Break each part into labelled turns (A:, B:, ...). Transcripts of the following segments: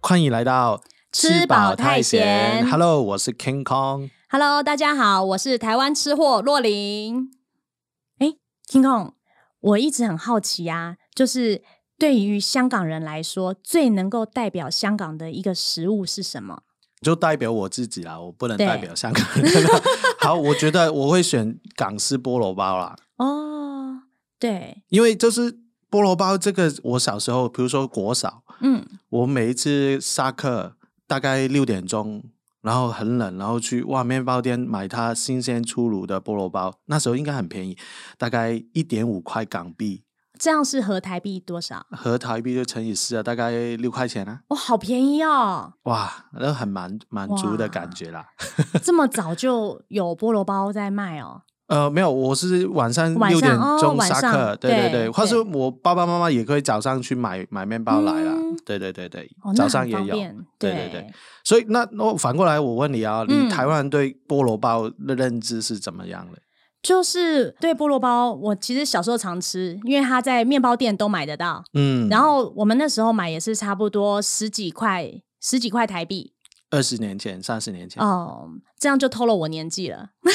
A: 欢迎来到
B: 吃饱太闲
A: Hello，我是 King Kong。
B: Hello，大家好，我是台湾吃货洛琳。哎，King Kong，我一直很好奇啊，就是对于香港人来说，最能够代表香港的一个食物是什么？
A: 就代表我自己啦，我不能
B: 对
A: 代表香港人。啊 好，我觉得我会选港式菠萝包啦，
B: 哦，对，
A: 因为就是菠萝包这个，我小时候，比如说国小，
B: 嗯，
A: 我每一次下课大概六点钟，然后很冷，然后去哇面包店买它新鲜出炉的菠萝包，那时候应该很便宜，大概一点五块港币，
B: 这样是合台币多少？
A: 合台币就乘以四啊，大概六块钱啊。
B: 哦，好便宜哦！
A: 哇，那很满满足的感觉啦。
B: 这么早就有菠萝包在卖哦。
A: 呃，没有，我是晚上
B: 晚
A: 六点
B: 上哦
A: 钟
B: 晚
A: 下
B: 上
A: 课，对对
B: 对
A: 对，或是
B: 对
A: 我爸爸妈妈也可以早上去买买面包来啦，
B: 嗯
A: 对对对对
B: 哦，，那
A: 早
B: 很
A: 上也
B: 方
A: 有。
B: 便
A: 对
B: 对
A: 对对，所以那那我反过来，我问你啊，
B: 嗯
A: 你台湾人对菠萝包的认知是怎么样的？
B: 就是对菠萝包，我其实小时候常吃，因为它在面包店都买得到。
A: 嗯，
B: 然后我们那时候买也是差不多十几块，十几块台币
A: 二十年前、三十年前，
B: 哦，这样就透露我年纪了。
A: 你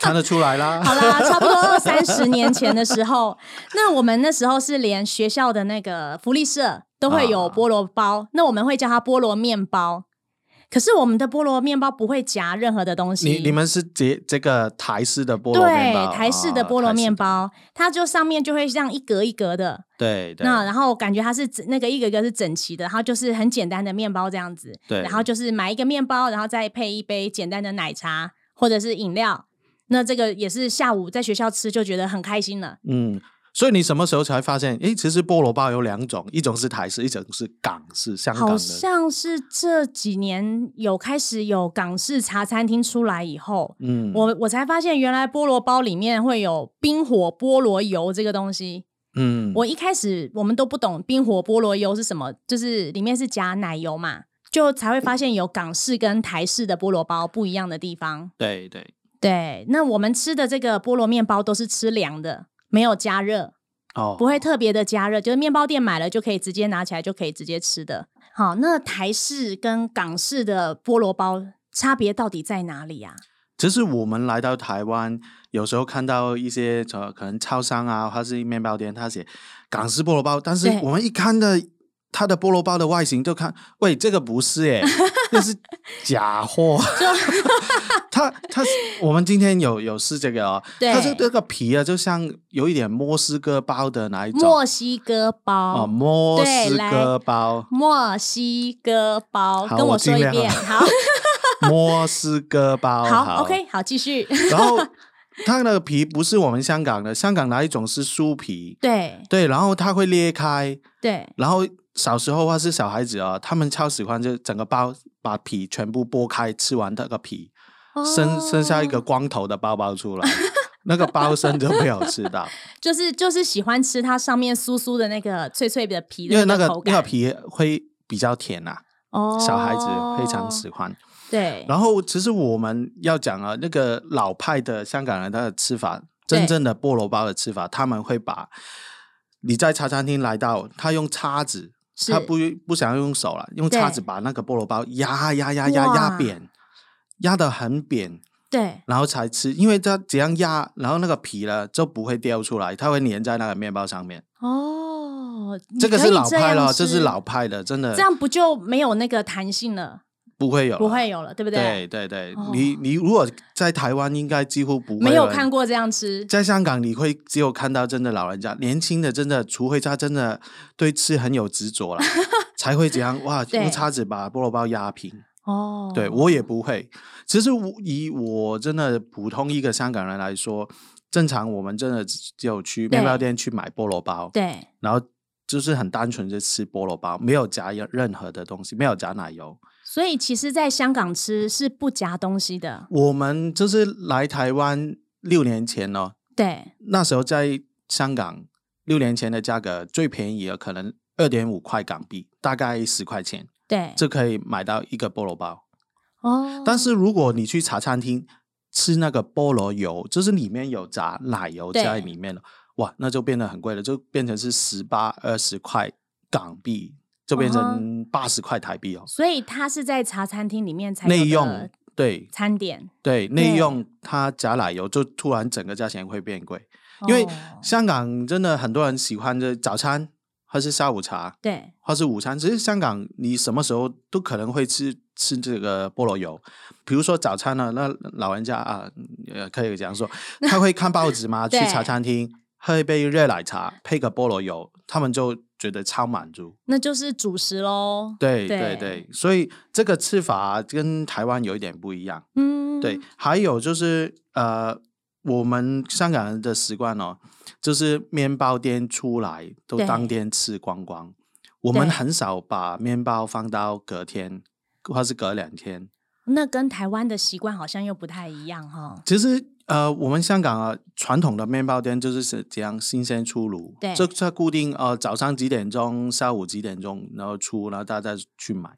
A: 看得出来啦。
B: 好啦，差不多二三十年前的时候，那我们那时候是连学校的那个福利社都会有
A: 啊
B: 菠萝包，那我们会叫它菠萝面包。可是我们的菠萝面包不会夹任何的东西，
A: 你你们是这这个台式的菠萝面
B: 对
A: 包，
B: 台式的
A: 啊
B: 菠萝面，
A: 台式
B: 包，它就上面就会这样一格一格的，
A: 对对，
B: 那然后感觉它是整那个一个一个是整齐的，然后就是很简单的面包这样子。
A: 对
B: 然后就是买一个面包，然后再配一杯简单的奶茶或者是饮料。那这个也是下午在学校吃就觉得很开心了。
A: 嗯，所以你什么时候才发现？诶，其实菠萝包有两种，一种是台式，一种是港式，香港
B: 好
A: 的。
B: 像是这几年有开始有港式茶餐厅出来以后，
A: 嗯，
B: 我我才发现原来菠萝包里面会有冰火菠萝油这个东西。
A: 嗯，
B: 我一开始我们都不懂冰火菠萝油是什么，就是里面是加奶油嘛，就才会发现有港式跟台式的菠萝包不一样的地方。
A: 对对
B: 对，那我们吃的这个菠萝面包都是吃凉的，没有加热，
A: 哦，
B: 不会特别的加热，就是面包店买了就可以直接拿起来就可以直接吃的。好，那台式跟港式的菠萝包差别到底在哪里啊？
A: 只是我们来到台湾，有时候看到一些呃可能超商啊，或是面包店，他写港式菠萝包，但是
B: 对
A: 我们一看的它的菠萝包的外形，就看，喂，这个不是诶，那 是假货。它它是我们今天有有试这个哦，
B: 对
A: 它是这个皮啊，就像有一点莫斯科包的那一种。
B: 墨西哥包
A: 哦，莫
B: 对
A: 斯
B: 来，
A: 科包
B: 墨西哥包，
A: 好
B: 跟
A: 我
B: 我
A: 尽
B: 说一
A: 量啊
B: 遍。 好，
A: 莫斯科包，
B: 好 o k 好，继续。
A: 然后它那个皮不是我们香港的，香港哪一种是酥皮？
B: 对
A: 对，然后它会裂开，
B: 对，
A: 然后小时候或是小孩子啊，他们超喜欢就整个包把皮全部剥开，吃完那个皮，剩剩下一个
B: 哦，
A: 光头的包包出 来，那个包身就没有吃到，
B: 就是就是喜欢吃它上面酥酥的那个脆脆的皮
A: 因为
B: 的
A: 那
B: 个
A: 个
B: 口
A: 那个
B: 感，
A: 皮会比较甜啊，
B: 哦
A: 小孩子非常喜欢。
B: 对，
A: 然后，其实我们要讲啊，那个老派的香港人他的吃法，
B: 对
A: 真正的菠萝包的吃法，他们会把你在茶餐厅来到，他用叉子，
B: 是
A: 他不不想要用手了，用叉子
B: 对
A: 把那个菠萝包压压压压
B: 哇
A: 压扁，压得很扁，
B: 对
A: 然后才吃，因为它怎样压，然后那个皮呢就不会掉出来，它会粘在那个面包上面。
B: 哦，你
A: 这个
B: 可
A: 是
B: 以
A: 老派
B: 样
A: 了，这是
B: 吃
A: 老派的，真的
B: 这样不就没有那个弹性了，
A: 不会有，
B: 不会。有了，对不？
A: 对对对，
B: 哦
A: 你你如果在台湾，应该几乎不会
B: 没有
A: 人
B: 看过这样吃，
A: 在香港，你会只有看到真的老人家，年轻的真的，除非他真的对吃很有执着 了，才会这样哇，
B: 对
A: 用叉子把菠萝包压平。
B: 哦，
A: 对我也不会。其实我以我真的普通一个香港人来说，正常我们真的只有去
B: 对
A: 面包店去买菠萝包，
B: 对
A: 然后就是很单纯就吃菠萝包，没有加任任何的东西，没有加奶油。
B: 所以其实，在香港吃是不夹东西的，
A: 我们就是来台湾六年前哦，
B: 对，
A: 那时候在香港六年前的价格最便宜的可能二点五块港币，大概十块钱
B: 对，
A: 就可以买到一个菠萝包。
B: 哦，
A: 但是如果你去茶餐厅吃那个菠萝油，就是里面有炸奶油
B: 对
A: 在里呃面了，哇，那就变得很贵了，就变成是十八二十块港币就变
B: 嗯
A: 成八十块台币哦，
B: 所以它是在茶餐厅里面才有
A: 内用
B: 的
A: 对
B: 餐点，
A: 对内
B: 对
A: 用它加奶油，就突然整个价钱会变贵。因为
B: 哦
A: 香港真的很多人喜欢的早餐或是下午茶
B: 对
A: 或是午餐，只是香港你什么时候都可能会吃吃这个菠萝油。比如说早餐呢，那老人家啊，呃，可以这样 说，他会看报纸嘛，去
B: 对
A: 茶餐厅喝一杯热奶茶，配个菠萝油，他们就觉得超满足。
B: 那就是主食喽。
A: 对
B: 对
A: 对对，所以这个吃法啊跟台湾有一点不一样。
B: 嗯，
A: 对，还有就是呃，我们香港人的习惯哦，就是面包店出来都
B: 对
A: 当天吃光光，我们
B: 对
A: 很少把面包放到隔天或是隔两天。
B: 那跟台湾的习惯好像又不太一样哈。
A: 其实呃，我们香港啊，传统的面包店就是是这样新鲜出炉，
B: 对
A: 就它固定呃早上几点钟，下午几点钟，然后出，然后大家去买。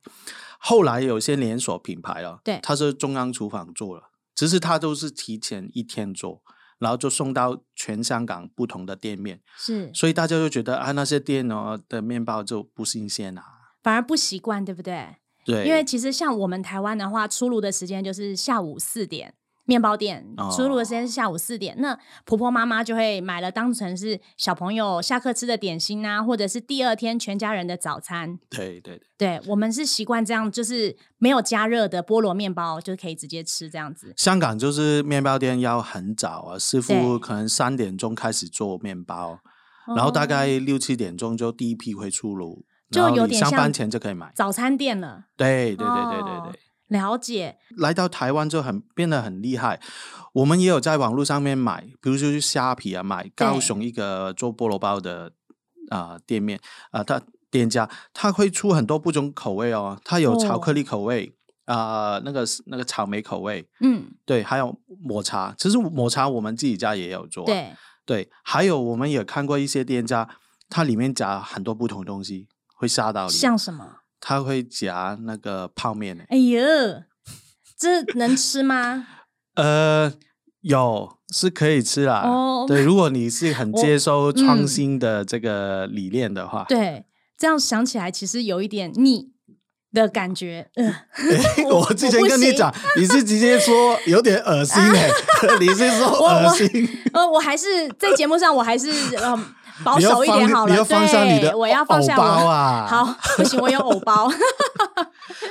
A: 后来有些连锁品牌了，
B: 对
A: 它是中央厨房做了，只是它都是提前一天做。然后就送到全香港不同的店面，
B: 是，
A: 所以大家就觉得啊，那些店哦的面包就不新鲜啊。
B: 反而不习惯，对不对？
A: 对，
B: 因为其实像我们台湾的话，出炉的时间就是下午四点，面包店、
A: 哦
B: 出炉的时间是下午四点。那婆婆妈妈就会买了当成是小朋友下课吃的点心啊，或者是第二天全家人的早餐。
A: 对对对
B: 对我们是习惯这样，就是没有加热的菠萝面包就可以直接吃这样子。
A: 香港就是面包店要很早啊，师
B: 对
A: 傅可能三点钟开始做面包，然后大概
B: 哦
A: 六七点钟就第一批会出炉，
B: 就
A: 然后
B: 有
A: 你
B: 点
A: 上班
B: 像
A: 前就可以买。
B: 早餐店了，
A: 对对对对对
B: 哦
A: 对，
B: 了解。
A: 来到台湾就很变得很厉害。我们也有在网络上面买，比如说去虾皮啊买高雄一个做菠萝包的啊、店面啊，他、店家他会出很多不同口味哦，他有巧克力口味啊、那个那个草莓口味，
B: 嗯，
A: 对，还有抹茶。其实抹茶我们自己家也有做啊、
B: 对，
A: 对，还有我们也看过一些店家，它里面夹很多不同东西，会吓到你。
B: 像什么？
A: 它会夹那个泡面呢、
B: 哎呦，这能吃吗？
A: 呃，有是可以吃啦。
B: 哦
A: 对，如果你是很接受创
B: 嗯
A: 新的这个理念的 话，
B: 对，这样想起来其实有一点腻的感觉。
A: 嗯
B: 呃、我
A: 我之前跟你，讲
B: 不行，
A: 你是直接说有点恶心 哎、你是说
B: 我
A: 恶
B: 我
A: 心？
B: 呃，我还是在节目上，我还是嗯保
A: 你要
B: 守一点
A: 放
B: 好了。
A: 你要放下你的
B: 对，我要放
A: 藕
B: 下
A: 包
B: 我。
A: 啊！
B: 好，不行，我有藕包。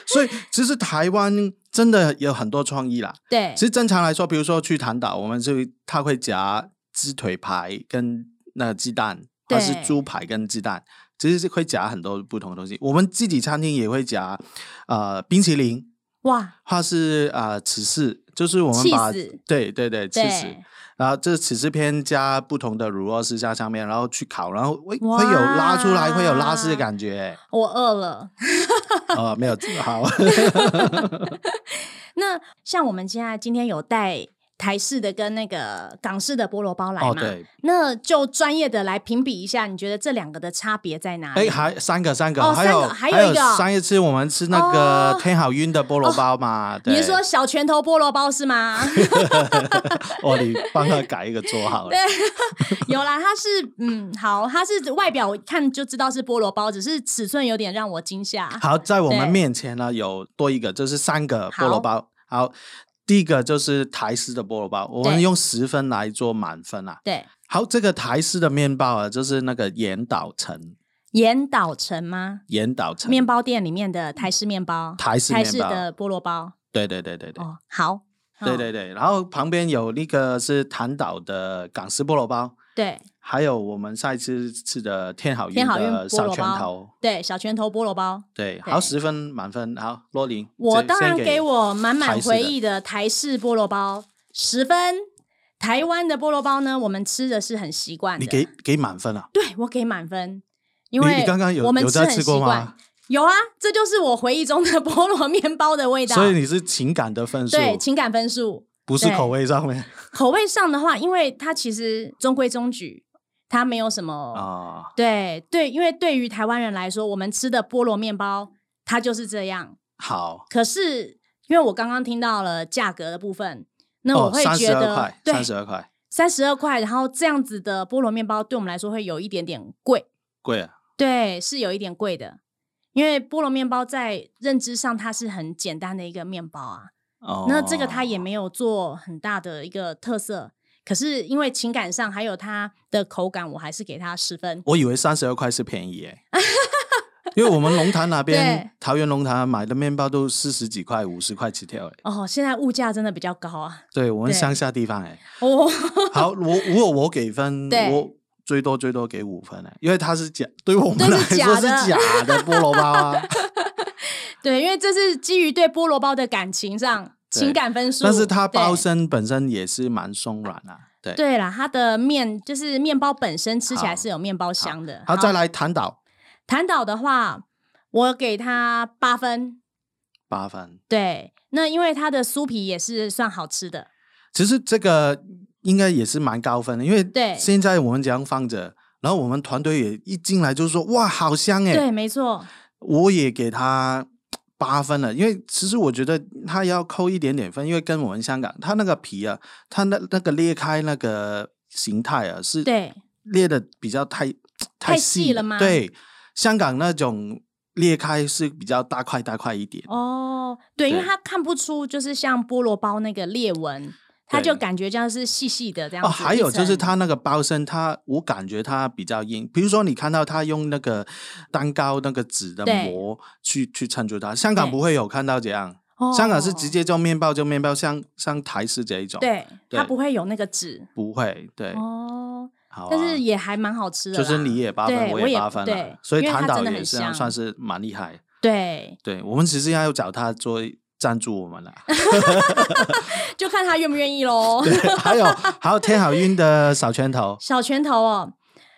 A: 所以其实台湾真的有很多创意啦。
B: 对
A: 其，实正常来说，比如说去坦岛，我们就它会夹鸡腿排跟那个鸡蛋，
B: 对
A: 还是猪排跟鸡蛋，其实是会夹很多不同的东西。我们自己餐厅也会夹，呃，冰淇淋，
B: 哇，
A: 或是呃起司，就是我们把
B: Cheese
A: 对对对起司，
B: 对，
A: 然后这起司片加不同的乳酪丝在上面，然后去烤，然后会
B: 哇
A: 会有拉出来，会有拉丝的感觉。
B: 我饿了。
A: 呃，没有好，
B: 那像我们现在今天有带台式的跟那个港式的菠萝包来 嘛？
A: 哦对，
B: 那就专业的来评比一下，你觉得这两个的差别在哪里？
A: 哎，还三个，三个，
B: 哦
A: 还
B: 三
A: 有
B: 个还有一个
A: 上一次我们吃那个
B: 哦
A: 天好运的菠萝包嘛， 对，
B: 你是说小拳头菠萝包是吗？
A: 哦，你帮他改一个桌 好了，
B: 有啦，它是嗯，好，它是外表看就知道是菠萝包，只是尺寸有点让我惊吓。
A: 好，在我们
B: 对
A: 面前呢有多一个，就是三个菠萝包，好。第一个就是台式的菠萝包，我们
B: 对
A: 用十分来做满分啦、
B: 对，
A: 好，这个台式的面包啊，就是那个岩岛城，
B: 岩岛城吗？
A: 岩岛城嗯
B: 面包店里面的台式面包，
A: 台式面包
B: 的菠萝包。
A: 对对对对对、
B: 哦，好，
A: 对
B: 哦
A: 对对。然后旁边有那个是潭岛的港式菠萝包，
B: 对
A: 还有我们上一次吃的天好运
B: 天好运菠
A: 的小
B: 萝
A: 拳
B: 包
A: 头，
B: 对，小拳头菠萝包，
A: 对，好，十分满分，好，洛琳，
B: 我
A: 这
B: 当然
A: 先
B: 给我满
A: 台
B: 满
A: 式
B: 回
A: 的
B: 忆的台式菠萝包十分。台湾的菠萝包呢，我们吃的是很习惯的。
A: 你给给满分啊？
B: 对我给满分，因
A: 你
B: 为
A: 你刚刚有
B: 我们
A: 有
B: 吃
A: 在
B: 很
A: 吃
B: 习
A: 过
B: 惯
A: 吗。？
B: 有啊，这就是我回忆中的 菠萝面包的味道。
A: 所以你是情感的分数，
B: 对情感分数，
A: 不是
B: 对
A: 口味上 面
B: 口味上的话，因为它其实中规中矩，它没有什么。
A: 啊。
B: 对对，因为对于台湾人来说，我们吃的菠萝面包它就是这样。
A: 好，
B: 可是因为我刚刚听到了价格的部分，那我
A: 哦，
B: 会
A: 三
B: 觉
A: 十
B: 得、
A: 二块，
B: 对
A: 三十二块，
B: 三十二块，然后这样子的菠萝面包对我们来说会有一点点贵。
A: 贵啊。
B: 对，是有一点贵的，因为菠萝面包在认知上它是很简单的一个面包啊，
A: 哦，
B: 那这个它也没有做很大的一个特色。可是因为情感上还有它的口感，我还是给它十分。
A: 我以为三十二块是便宜 耶，因为我们龙潭那边
B: 对
A: 桃园龙潭买的面包都四十几块、五十块起跳哎。
B: 哦，现在物价真的比较高啊！
A: 对我们
B: 对
A: 乡下地方哎，
B: 哦，
A: 好，我如果我给分，
B: 对
A: 我最多最多给五分哎，因为它是假，对我们
B: 对
A: 来
B: 是
A: 说是
B: 假
A: 假的菠萝包 啊。
B: 对，因为这是基于对菠萝包的感情上
A: 对
B: 情感分数，
A: 但是它包
B: 对
A: 身本身也是蛮松软啊，对。
B: 对啦，它的面就是面包本身吃起来
A: 好
B: 是有面包香的。
A: 好，再来弹岛
B: 弹岛的话，我给它八分。
A: 八分。
B: 对，那因为它的酥皮也是算好吃的。
A: 其实这个应该也是蛮高分的，因为
B: 对
A: 现在我们这样放着，然后我们团队也一进来就说哇，好香哎、
B: 对，没错，
A: 我也给他八分了，因为其实我觉得他要扣一点点分，因为跟我们香港，他那个皮啊，他那那个裂开那个形态啊，是
B: 对
A: 裂的比较太
B: 太细
A: 细
B: 了吗
A: 对，香港那种裂开是比较大块大块一点。
B: 哦，对，因为
A: 对
B: 它看不出就是像菠萝包那个裂纹，它
A: 对
B: 就感觉像是细细的这样
A: 哦，
B: 子。
A: 还有就
B: 一
A: 是
B: 层
A: 它那个包身，它我感觉它比较硬。比如说，你看到它用那个蛋糕那个纸的
B: 对
A: 膜去去衬住它，香港
B: 对
A: 不会有看到这样。香港是直
B: 哦
A: 接就面包就面包，像像台式这一种，
B: 对，它
A: 对
B: 不会有那个纸。
A: 不会对。
B: 哦，
A: 好、啊，
B: 但是也还蛮好吃的
A: 就
B: 啦。
A: 是你也八分，
B: 对
A: 我
B: 我也
A: 八分
B: 对
A: 了，所以
B: 因为它
A: 谭导
B: 真的很
A: 也是啊
B: 香
A: 算是蛮厉害。
B: 对，
A: 对我们其实要找他做赞助我们 了。
B: 就看他愿不愿意喽。
A: 对，还有还有天好运的小拳头，
B: 小拳头哦，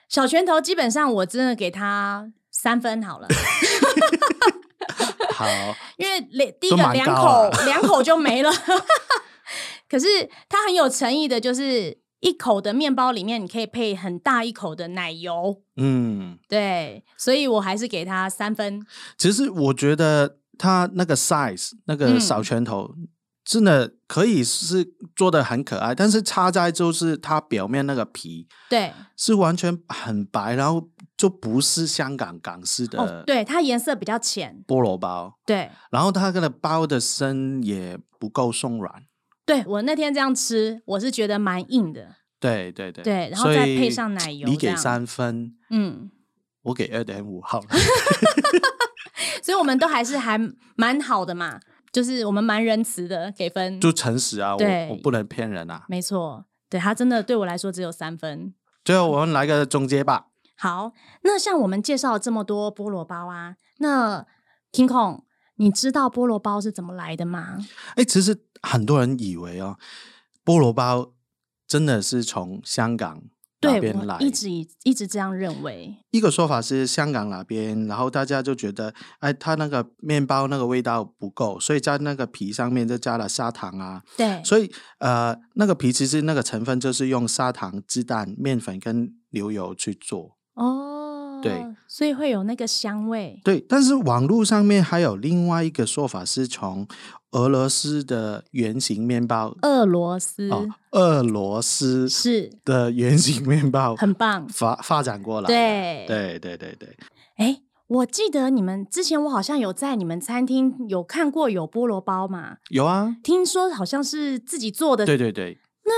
B: 小拳头基本上我真的给他三分好了，
A: 好，
B: 因为两第一
A: 都
B: 个
A: 蛮
B: 两
A: 高啊
B: 口两口就没了， 可是他很有诚意的，就是一口的面包里面你可以配很大一口的奶油，
A: 嗯，
B: 对，所以我还是给他三分。
A: 其实我觉得他那个 size 那个
B: 嗯
A: 小拳头。真的可以是做的很可爱，但是差在就是它表面那个皮
B: 对，
A: 是完全很白，然后就不是香港港式
B: 哦，
A: 的
B: 对，它颜色比较浅，
A: 菠萝包，
B: 对，
A: 然后它的包的身也不够松软。
B: 对我那天这样吃，我是觉得蛮硬的，
A: 对对对
B: 对然后
A: 所
B: 再
A: 以
B: 配上奶油
A: 你
B: 这
A: 给
B: 样
A: 三分，
B: 嗯，
A: 我给二点五好 了。
B: 所以我们都还是还蛮好的嘛，就是我们蛮仁慈的给分，
A: 就诚实啊，
B: 对
A: 我我不能骗人啊。
B: 没错，对他真的对我来说只有三分。
A: 最后我们来个总结吧。
B: 好，那像我们介绍了这么多菠萝包啊，那 King Kong，你知道菠萝包是怎么来的吗？
A: 哎，其实很多人以为哦，菠萝包真的是从香港那
B: 对
A: 边
B: 我
A: 来，
B: 一直以一直这样认为，
A: 一个说法是香港那边，然后大家就觉得，哎，它那个面包那个味道不够，所以在那个皮上面就加了砂糖啊。
B: 对，
A: 所以呃，那个皮其实那个成分就是用砂糖、鸡蛋、面粉跟牛油去做。
B: 哦，
A: 对，
B: 所以会有那个香味，
A: 对，但是网络上面还有另外一个说法是从俄罗斯的圆形面包
B: 俄罗斯、
A: 哦，俄罗斯
B: 嗯是
A: 的圆形面包
B: 很棒，
A: 发发展过来的。
B: 对
A: 对对对对，
B: 哎，我记得你们之前我好像有在你们餐厅有看过有菠萝包嘛，
A: 有啊，
B: 听说好像是自己做的，
A: 对对对。
B: 那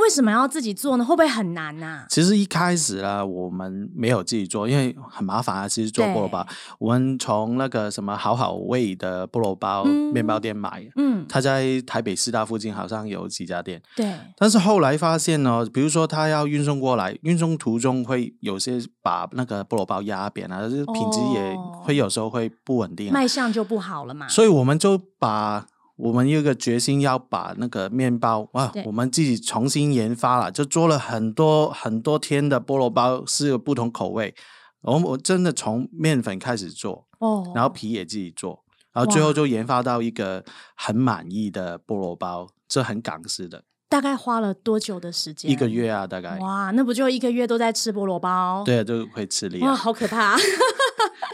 B: 为什么要自己做呢？会不会很难啊呐、
A: 其实一开始啦，我们没有自己做，因为很麻烦啊。其实做菠萝包，我们从那个什么好好味的菠萝包
B: 嗯
A: 面包店买，
B: 嗯，
A: 它在台北师大附近好像有几家店。
B: 对，
A: 但是后来发现呢，比如说他要运送过来，运送途中会有些把那个菠萝包压扁啊，就是品质也
B: 哦
A: 会有时候会不稳定、啊，
B: 卖相就不好了嘛。
A: 所以我们就把我们有一个决心要把那个面包啊
B: 对，
A: 我们自己重新研发了，就做了很多很多天的菠萝包，是有不同口味。我我真的从面粉开始做，
B: 哦，
A: 然后皮也自己做，然后最
B: 哇
A: 后就研发到一个很满意的菠萝包，这很港式的。
B: 大概花了多久的时间？
A: 一个。月啊，大概
B: 哇，那不就一个月都在吃菠萝包？，
A: 对，就会吃力、
B: 哇，
A: 啊。
B: 好可 怕！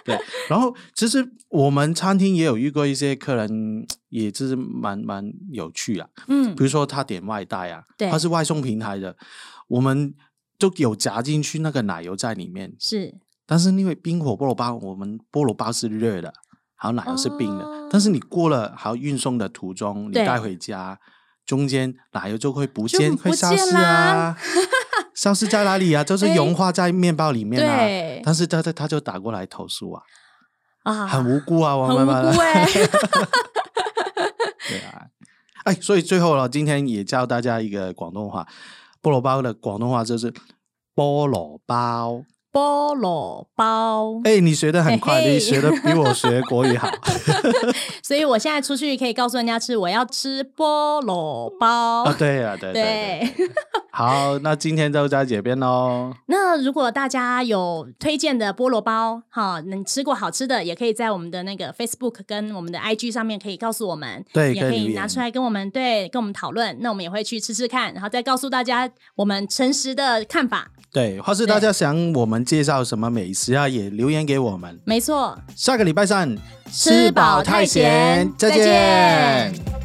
A: 对，然后其实我们餐厅也有遇过一些客人，也就是蛮蛮有趣啊。
B: 嗯
A: 比，如说他点外带啊，
B: 对
A: 他是外送平台的，我们就有夹进去那个奶油在里面，
B: 是
A: 但是因为冰火菠萝包，我们菠萝包是热的，还有奶油是冰的，
B: 哦
A: 但是你过了还有运送的途中，你
B: 对
A: 带回家，中间奶油就会不
B: 就
A: 见，
B: 不
A: 会消
B: 见
A: 失
B: 啦
A: 啊， 消失在哪里 啊？就是
B: 哎
A: 融化在面包里面啊。
B: 对
A: 但是他他他就打过来投诉啊，
B: 啊，
A: 很无辜啊，王
B: 很
A: 妈
B: 无
A: 妈。
B: 辜哎、
A: 对啊，哎，所以最后了，今天也教大家一个广东话，菠萝包的广东话就是菠萝包。
B: 菠萝包。
A: 哎，你学的很快，
B: 嘿嘿
A: 你学的比我学国 语好。
B: 所以我现在出去可以告诉人家吃，我要吃菠萝包。
A: 啊，对啊，对对对。
B: 对
A: 好，那今天就在这边喽。
B: 那如果大家有推荐的菠萝包，哈，你吃过好吃的，也可以在我们的那个 Facebook 跟我们的 IG 上面可以告诉我们，
A: 对
B: 也
A: 可以
B: 可
A: 留
B: 以
A: 言
B: 拿出来跟我们对跟我们讨论，那我们也会去吃吃看，然后再告诉大家我们诚实的看法。
A: 对，或是
B: 对
A: 大家想我们介绍什么美食啊，也留言给我们。
B: 没错，
A: 下个礼拜三，
B: 吃饱太闲
A: 再
B: 再
A: 见
B: 见